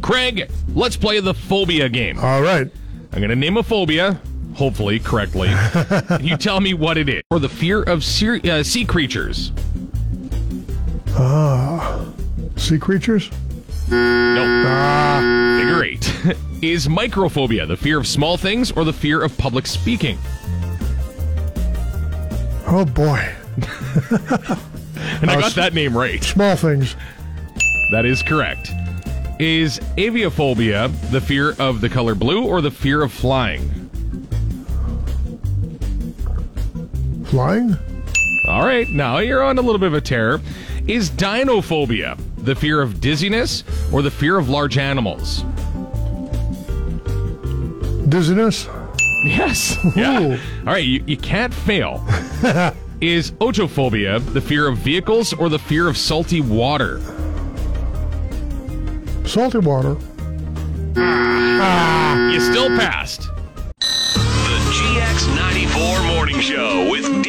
Craig, let's play the phobia game. All right. I'm going to name a phobia, hopefully correctly. you tell me what it is. Or the fear of ser- uh, sea creatures. Sea creatures? No. Figure eight. Is microphobia the fear of small things or the fear of public speaking? Oh boy. And I got that name right. Small things. That is correct. Is aviophobia the fear of the color blue or the fear of flying? Flying? All right, now you're on a little bit of a tear. Is dinophobia the fear of dizziness or the fear of large animals? Dizziness? Yes. Yeah. Ooh. All right, you, you can't fail. Is otophobia the fear of vehicles or the fear of salty water? Salty water. You still passed. The GX94 Morning Show with